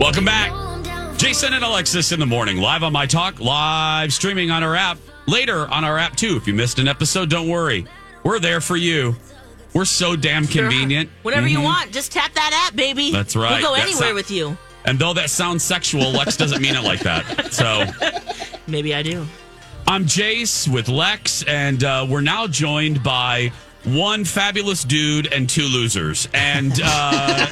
Welcome back. Jason and Alexis in the morning, live on My Talk, live streaming on our app, later on our app too. If you missed an episode, don't worry. We're there for you. We're so damn convenient. Mm-hmm. Whatever you want, just tap that app, baby. That's right. We'll go That's anywhere not- with you. And though that sounds sexual, Lex doesn't mean it like that. So Maybe I do. I'm Jace with Lex, and uh, we're now joined by one fabulous dude and two losers. And uh,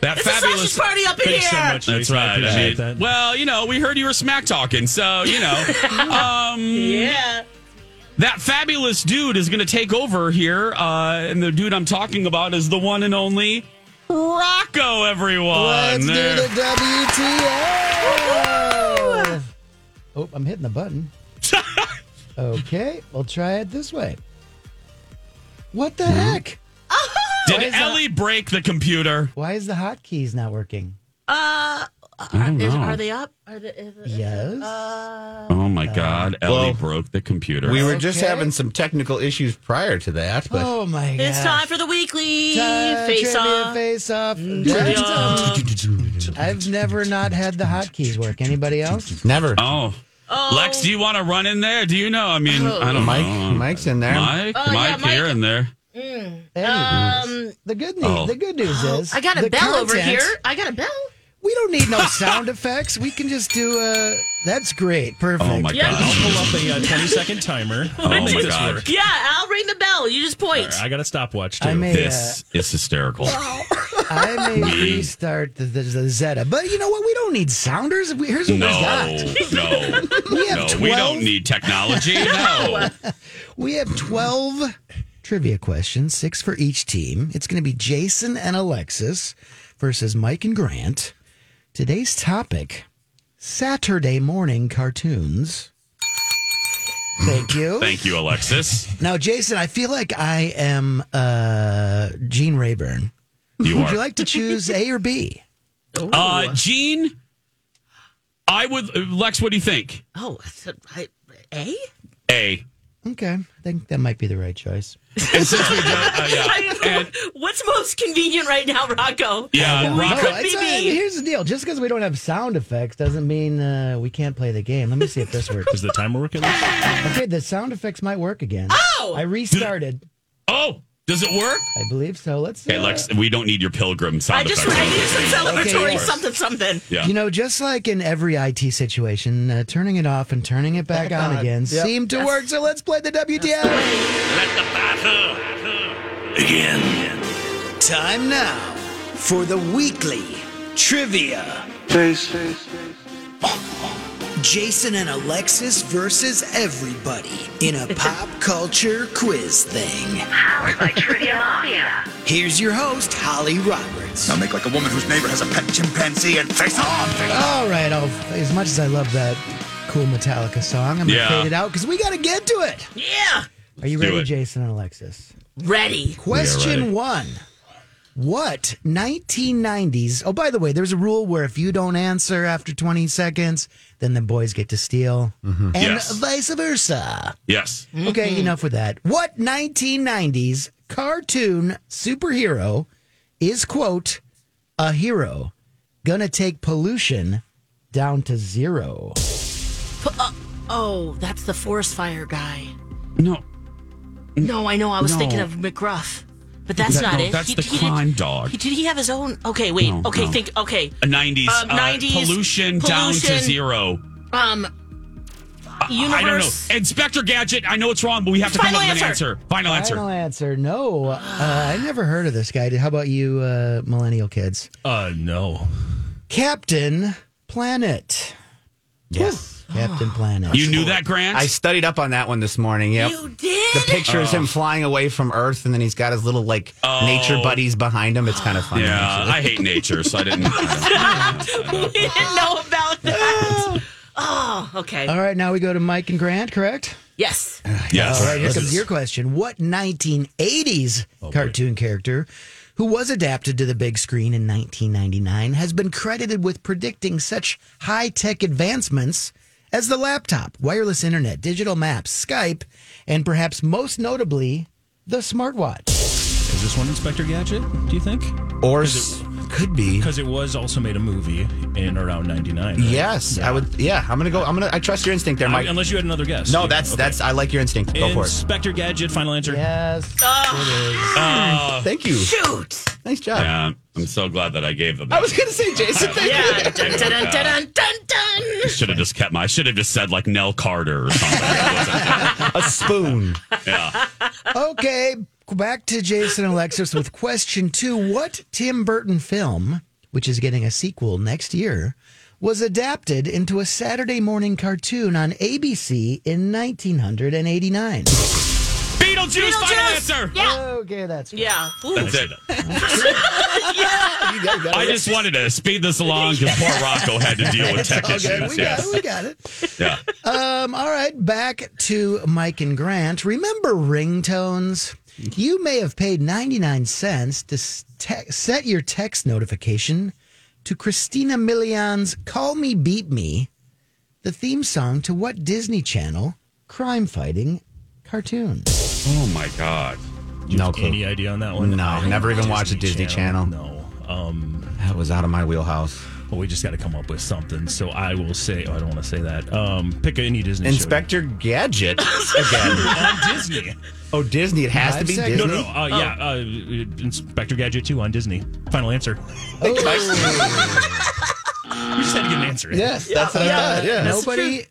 that It's a fabulous sausage party up in Thanks so here. much. That's Jason. right. I I appreciate mean, that. Well, you know, we heard you were smack talking, so you know. um, yeah. that fabulous dude is going to take over here, uh, and the dude I'm talking about is the one and only Rocco. Everyone, Let's do There. the WTF. Oh, I'm hitting the button. okay, we'll try it this way. What the heck? Why did is that- Ellie break the computer? Why is the hotkeys not working? Uh, don't is- know. are they up? Are they, is it- Yes. Uh, Oh my God, Ellie well, broke the computer. We were just Okay. having some technical issues prior to that, but oh my god. it's time for the weekly Time face trivia off. Mm-hmm. Face off. Dun-dun. I've never not had the hotkeys work. Anybody else? never. oh. Oh. Lex, do you want to run in there? Do you know? I mean, I don't Mike, know. Mike's in there. Mike, Oh, yeah, Mike, Mike. here and there. Hey, Um, the good news. Oh. The good news is I got a the bell over content- here. I got a bell. We don't need no sound effects. We can just do a. That's great. Perfect. Oh my Yeah. God. pull up a uh, 20 second timer. Oh Make my this God. work. Yeah, I'll ring the bell. You just point. I got a stopwatch too. I may, uh, This is hysterical. Oh I may restart the, the, the Zeta, but you know what? We don't need sounders. We, here's what No, we got. no, We have no. 12, We don't need technology. No. we have 12 trivia questions, six for each team. It's going to be Jason and Alexis versus Mike and Grant. Today's topic Saturday morning cartoons. Thank you. Thank you, Alexis. Now, Jason, I feel like I am uh, Gene Rayburn. You Would are. you like to choose A or B? Oh, uh, Gene, I would. Lex, what do you think? oh, I said, I, A? A. Okay, I think that might be the right choice. And since we don't, uh, yeah, and, What's most convenient right now, Rocco? yeah, Rocco. No, it's- be uh, I B. mean, here's the deal: just because we don't have sound effects doesn't mean uh, we can't play the game. Let me see if this works. Is the timer working? Okay, the sound effects might work again. Oh! I restarted. Oh, does it work? I believe so. Let's. Okay, uh, Lex, we don't need your pilgrim sound I just effects. I need some celebratory Okay, yeah. something something. Yeah. You know, just like in every IT situation, uh, turning it off and turning it back, on, again seemed to work. So let's play the WTF. Again. Time now for the weekly trivia. Jason and Alexis versus everybody in a pop culture quiz thing. powered by Trivia Mafia. Here's your host, Holly Roberts. Now make like a woman whose neighbor has a pet chimpanzee and face on. All right, I'll, as much as I love that cool Metallica song, I'm Yeah. gonna fade it out because we gotta get to it. Yeah. Are you do ready, it. Jason and Alexis? Ready. Question ready. one. What 1990s? Oh, by the way, there's a rule where if you don't answer after 20 seconds, then the boys get to steal, and Mm-hmm. Yes. Mm-hmm. vice versa. Yes. Okay, enough with that. What 1990s cartoon superhero is, quote, a hero gonna take pollution down to zero? Oh, that's the forest fire guy. No. No, I know. I was No. thinking of McGruff. But that's That- not no, it. that's the did- crime dog. he- did he have his own? Okay, wait. No, okay, no. think. Okay. A 90s, Um, uh, 90s, pollution, down to pollution. zero. Um, universe. I don't know. Inspector Gadget, I know it's wrong, but we have to Final come up with an answer. answer. Final answer. Final answer. No, uh, I never heard of this guy. How about you, uh, millennial kids? Uh, no. Captain Planet. Yes. Captain Planet. You knew that, Grant? I studied up on that one this morning. Yep. You did? The picture Oh. is him flying away from Earth, and then he's got his little like nature buddies behind him. It's kind of funny. yeah, I hate nature, so I didn't. I don't- I we don't- didn't know about that. oh, okay. All right, now we go to Mike and Grant, correct? Yes. yes. All right, here comes your question. What 1980s cartoon character who was adapted to the big screen in 1999 has been credited with predicting such high tech advancements as the laptop, wireless internet, digital maps, Skype, and perhaps most notably, the smartwatch? Is this one Inspector Gadget? Do you think? Or s- could be. Because it was also made a movie in around '99. right? Yes, I would. Yeah, I'm gonna go. I'm gonna. I trust your instinct there, I- Mike. unless you had another guess. no, Yeah, that's okay. that's. I like your instinct. Go for it. Inspector Gadget. Final answer. Yes. Thank you. Shoot. Nice job. Yeah, I'm so glad that I gave them. I was gonna say, Jason. Thank you. Yeah. dun, dun, dun, dun, dun, dun, dun. should have just kept my. I should have just said like Nell Carter or something. It wasn't- A spoon. okay, back to Jason and Alexis with question two. What Tim Burton film, which is getting a sequel next year, was adapted into a Saturday morning cartoon on ABC in 1989? Beetlejuice. Final Beetlejuice. answer. Yeah. Okay, that's right. Yeah. Ooh. That's it. I just wanted to speed this along because poor Rocco had to deal with tech Okay, we issues. got it. Yes. We got it. Yeah. Um, all right, back to Mike and Grant. Remember ringtones? You may have paid 99 cents to s- te- set your text notification to Christina Milian's Call Me Beat Me, the theme song to what Disney Channel crime fighting cartoon? Oh my God. No Any clue. idea on that one? No, never even watched a Disney Channel. No. Um, That was out of my wheelhouse. but we just got to come up with something. So I will say. Oh, I don't want to say that. Um, pick any Disney. show. Inspector Gadget again. on Disney. Oh, Disney. It has Five to be seconds. Disney. No, no, no. Uh, Yeah, uh, Inspector Gadget 2 on Disney. Final answer. We just had to get an answer. Yes, that's Oh. what I thought. Yeah. Nobody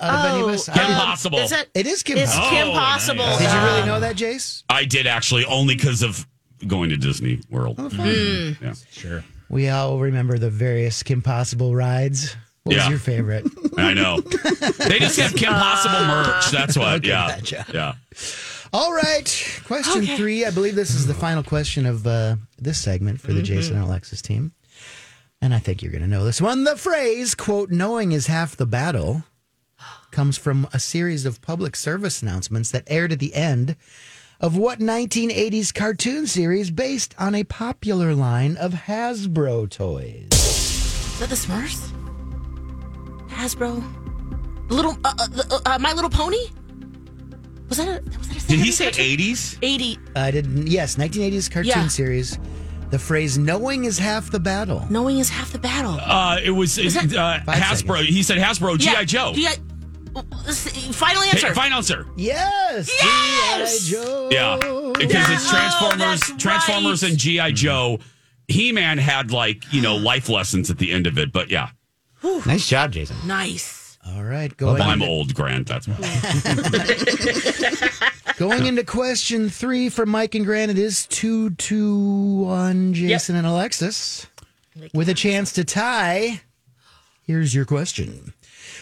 out of any of us. I- Impossible. Oh. Um, Is it? it is Kim. It's Possible. Kim Oh, Possible. nice. Did you really know that, Jace? I did actually only because of going to Disney World. Oh, Mm. Yeah. Sure. We all remember the various Kim Possible rides. What was Yeah. your favorite? I know. They just have Kim Uh, Possible merch. That's what. yeah. Yeah. All right. Question three. I believe this is the final question of uh, this segment for the Mm-hmm. Jason and Alexis team. And I think you're going to know this one. The phrase, quote, knowing is half the battle, comes from a series of public service announcements that aired at the end of what 1980s cartoon series based on a popular line of Hasbro toys? Is that the Smurfs? Hasbro. Little uh, uh, the- uh, My Little Pony. Was that a? Was that a Did he say 80s? eighty? I didn't, yes, 1980s cartoon Yeah. series. The phrase, knowing is half the battle. Knowing is half the battle. Uh, it was, uh, Hasbro. He said Hasbro GI Joe. G.I. Final Hey, answer. final answer. Yes! Yes! G.I. Joe. Oh, Yeah, because it's Oh, Transformers, that's Transformers, right. and GI Joe. He Man had like you know life lessons at the end of it, but yeah, Nice job, Jason. nice. All right, going I'm old, Grant. That's why. going into question three for Mike and Grant. It is two two one Jason and Alexis with a chance to tie. Here's your question.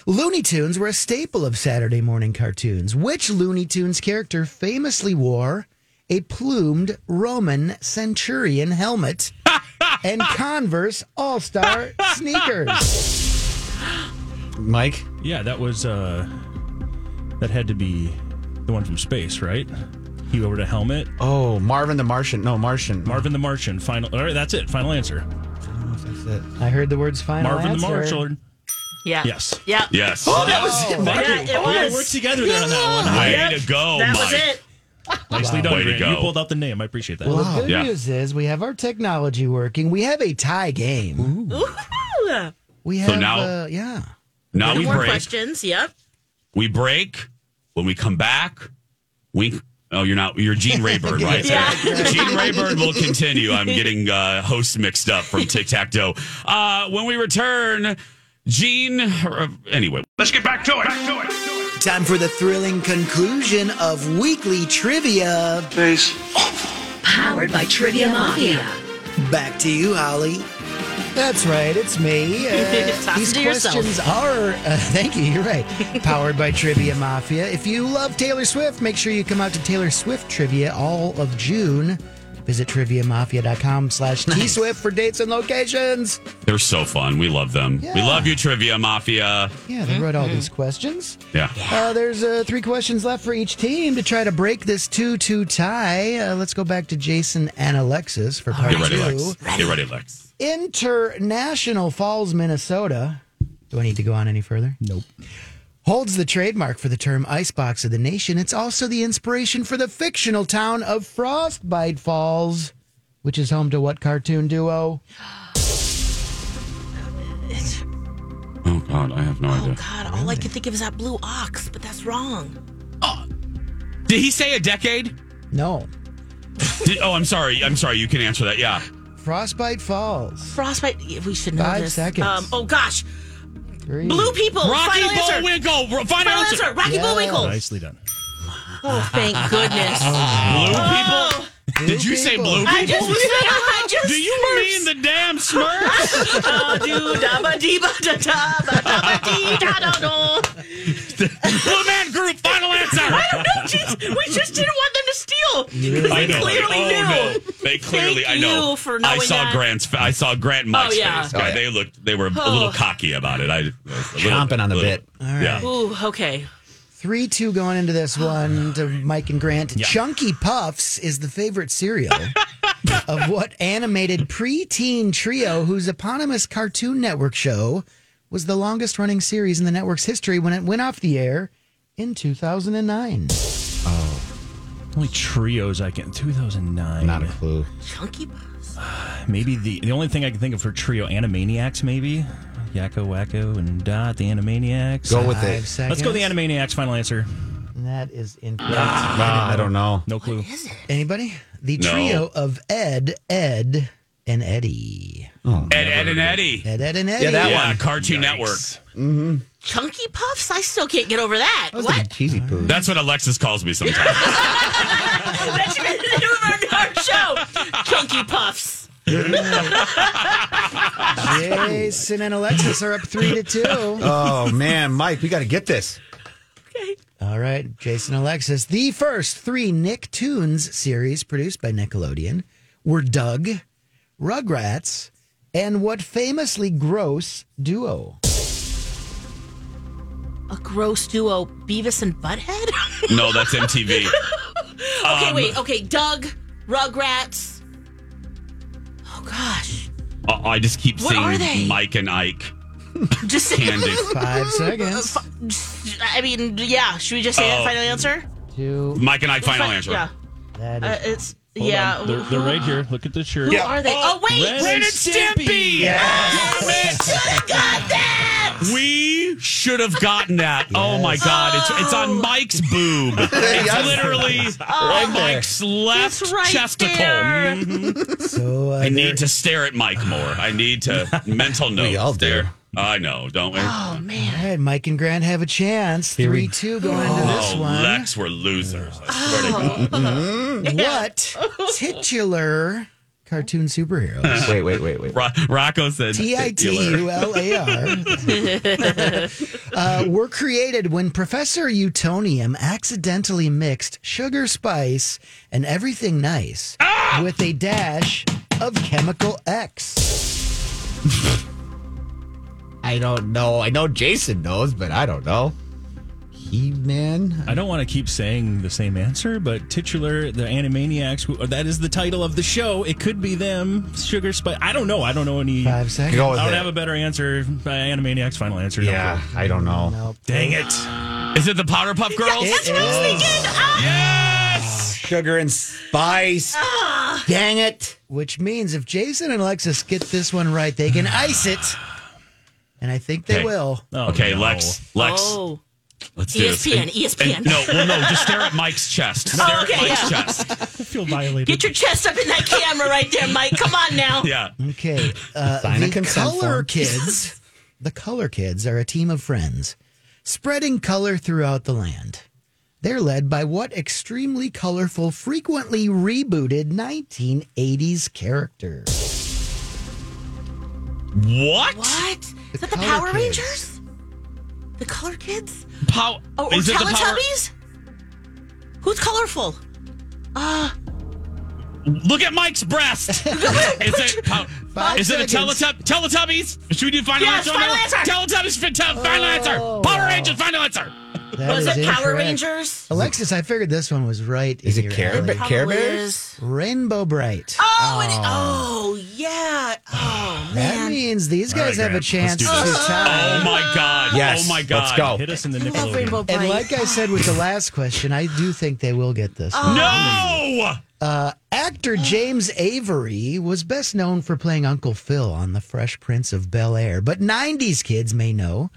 Looney Tunes were a staple of Saturday morning cartoons. Which Looney Tunes character famously wore a plumed Roman centurion helmet and Converse All Star sneakers? Mike. Yeah, that was, uh, that had to be the one from space, right? He wore a helmet. Oh, Marvin the Martian. No, Martian. Marvin the Martian. Final. All right, that's it. Final answer. That's it. I heard the words final Marvin the answer. Martian. Yeah. Yes. Yeah. Yes, oh, That was it. Mike. Yeah, it We was. gotta work together there on that one. way to go, That Mike. was it. Nicely done, Way to Grant. go. You pulled out the name. I appreciate that. Well, the good Oh, Yeah. news is we have our technology working. We have a tie game. Woohoo! We have, now- uh, yeah. Now No we more break. questions. Yep. We break. When we come back, we Oh, you're not. You're Gene Rayburn, right? Gene Rayburn will continue. I'm getting uh, hosts mixed up from Tic Tac Toe. Uh, when we return, Gene. uh, anyway, Let's get back to it. Back to it. Time for the thrilling conclusion of weekly trivia. Face. Powered by Trivia Mafia. Back to you, Holly. That's right, it's me. Uh, Toss it these to yourself. questions are, uh, thank you, you're right, powered by Trivia Mafia. If you love Taylor Swift, make sure you come out to Taylor Swift Trivia all of June. Visit triviamafia.com slash T-Swift for dates and locations. they're so fun. We love them. We Yeah. love you, Trivia Mafia. Yeah, they wrote all these questions. Yeah. Uh, there's uh, three questions left for each team to try to break this 2-2 tie. Uh, let's go back to Jason and Alexis for part Get ready, two. Lex. Get ready, Lex. International Falls, Minnesota. Do I need to go on any further? Nope. Holds the trademark for the term icebox of the nation. It's also the inspiration for the fictional town of Frostbite Falls, which is home to what cartoon duo? Oh God, I have no Oh idea. God! All I can think of is that blue ox, but that's wrong. Did he say a decade? No. Did, oh, I'm sorry. I'm sorry. You can answer that. Yeah. Frostbite Falls. Frostbite. yeah, We should know Five this. seconds. oh gosh! Three. Blue people. Rocky final answer. Bullwinkle. Final, Oh, final Final answer. answer. Rocky Bullwinkle. Nicely done. Oh, thank goodness. Blue people. Oh, Did you say people. blue I people? just. I just. Do you mean the damn Smurfs? Oh, do da ba dee ba da da ba da ba dee da da da. Blue Man Group. Final answer. I don't know, jeez. We just didn't want them to steal. Because I they know. clearly oh, No. knew. They clearly. I know. you for I knowing saw that. Grant's. fa- I saw Grant and Oh, Mike's yeah. face. Yeah, They looked. They were a little cocky about it. I was a little, Chomping on the little- bit. All right. Yeah. Ooh, okay. Three two going into this one to Mike and Grant. Chunky Puffs is the favorite cereal of what animated preteen trio whose eponymous Cartoon Network show was the longest running series in the network's history when it went off the air in 2009. Only trios I can. 2009. Not a clue. Chunky puffs. Maybe the the only thing I can think of for trio Animaniacs. Maybe Yakko Wacko and Dot the Animaniacs. Go with Five it. seconds. Let's go with the Animaniacs. Final answer. And That is incorrect. Ah, I don't know. No clue. Anybody? The No. trio of Ed, Ed, and Eddie. Ed, Ed, and Eddie. Ed, Ed, and Eddie. that yeah. one. Cartoon Network. Chunky puffs? I still can't get over that. That was what? like cheesy poo. That's what Alexis calls me sometimes. That should be the name of our, our show. Chunky puffs. Jason and Alexis are up three to two. Oh man, Mike, we got to get this. Okay. All right, Jason Alexis. The first three Nicktoons series produced by Nickelodeon were Doug, Rugrats, and what famously gross duo? A gross duo, Beavis and Butthead? no, that's MTV. okay, Um, wait. Okay, Doug, Rugrats. Oh, gosh. Uh, I just keep What are seeing they? Mike and Ike. Just Candy. Five seconds. I mean, yeah. Should we just say Oh. that final answer? Two. Mike and Ike. Final Fi- answer. Yeah. That Uh, is it's, Hold yeah. on. They're, they're right here. Look at the shirt. Who are they? Oh, wait. Ren Ren and and Stimpy. We should have gotten that. Oh my god, it's it's on Mike's boob. It's literally on Mike's left It's right chesticle. Mm-hmm. there. so. Uh, I need to stare at Mike more. I need to mental note. all do. there. I know, don't we? Oh, man. all right, Mike and Grant have a chance. Three two going into this Oh, one. Lex, we're losers. I swear to God. What titular cartoon superheroes? Wait, wait, wait, wait. Ro- Rocco said T I T titular. U L A R, uh, were created when Professor Utonium accidentally mixed sugar, spice, and everything nice with a dash of chemical X. I don't know. I know Jason knows, but I don't know. He man. I don't want to keep saying the same answer, but titular the Animaniacs. who- That is the title of the show. It could be them. Sugar Spice. I don't know. I don't know any. I Five seconds. Go with don't it. have a better answer. Uh, Animaniacs. Final answer. No yeah, clue. I don't know. Dang it. Is it the Powder Puff Girls? It is, Yes. Sugar and spice. Dang it. which means if Jason and Alexis get this one right, they can ice it. And I think they Okay. will. Oh, okay, no. Lex. Lex. Oh. Let's do this. ESPN, ESPN. And- no, well, no, just stare at Mike's chest. Stare okay, at Mike's yeah. chest. I feel violated. Get your chest up in that camera right there, Mike. Come on now. Yeah. Okay. Uh, Sign a the consent Color form. Kids. the Color Kids are a team of friends spreading color throughout the land. They're led by what extremely colorful, frequently rebooted 1980s character? What? What? Is that the Color Power Kids. Rangers? The Color Kids? Pow- Oh, or is it the power? Teletubbies? Who's colorful? Look at Mike's breast. is it? Pow- Five is it a seconds. Teletub- Teletubbies? Should we do final Yes, answer? final No. answer. Oh. Teletubbies. fin- te- Final answer. Power Rangers. Final answer. That Was is it Power incorrect. Rangers? Alexis, I figured this one was right. Is in it your Care, alley. Ba- Care Probably Bears? is. Rainbow Bright. Oh, and it- oh, yeah. Oh, that man. means these guys right, have a Grant, let's chance do to this. tie. Oh my God. Yes. Oh my God. Let's go. Hit us in the I love Rainbow nickelodeon. Bright. And like I said with the last question, I do think they will get this. one. No. Actor James Avery was best known for playing Uncle Phil on The Fresh Prince of Bel Air, but 90s kids may know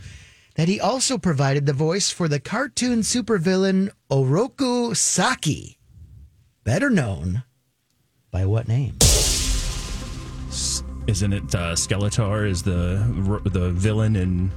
that he also provided the voice for the cartoon supervillain Oroku Saki, better known by what name? Isn't it uh, Skeletor is the the villain in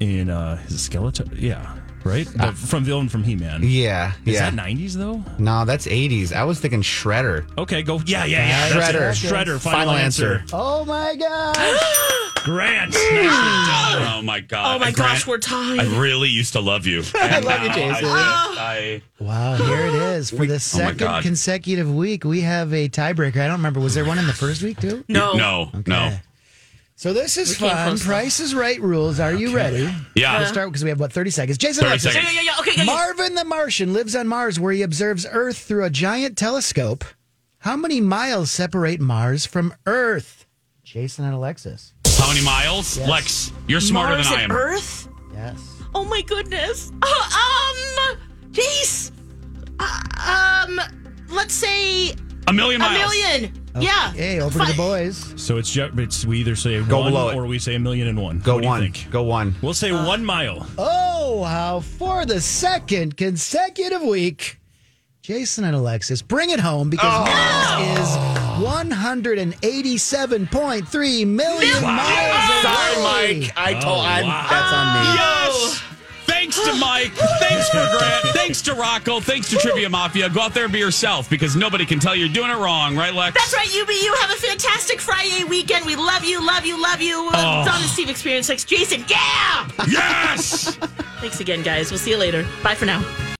in uh is it Skeletor? Yeah, right. The- from villain from He Man. Yeah, Is yeah. that nineties though? no, that's 80s. I was thinking Shredder. Okay, go. Yeah, yeah, yeah. Shredder. That's it. Shredder. Final, Final answer. answer. Oh my gosh! Grant. nicely done. Oh my God. oh, my Grant, gosh, we're tied. I really used to love you. I love you, Jason. Uh, I, Wow, here it is. For the second oh God. consecutive week, we have a tiebreaker. I don't remember. Was there one in the first week, too? no. no, no. So this is came fun. close, though. Price is right rules. Are you ready? Yeah. We'll start because we have, what, 30 seconds? Jason 30 Alexis, seconds. Yeah, yeah, yeah. Okay, yeah, yeah. Marvin the Martian lives on Mars where he observes Earth through a giant telescope. How many miles separate Mars from Earth? Jason and Alexis. How many miles? Lex, you're smarter Mars than I and am. Earth? Yes. Oh my goodness. Oh, um, Jace. Uh, um, let's say A million a miles. million. Yeah. Hey, over to Fi- the boys. So it's ju- it's we either say Go one below it. or we say a million and one. Go What do you one. think? Go one. We'll say one mile. Oh, how for the second consecutive week, Jason and Alexis bring it home because Mars is 187.3 million miles Sorry, away. Mike. I told. I'm, wow. That's on me. Yes. Thanks to Mike. Thanks for Grant. Thanks to Rocco. Thanks to Trivia Mafia. Go out there and be yourself because nobody can tell you're doing it wrong, right, Lex? That's right, UBU. Have a fantastic Friday weekend. We love you, love you, love you. It's on the Steve Experience X. Jason, yeah! Yes. Thanks again, guys. We'll see you later. Bye for now.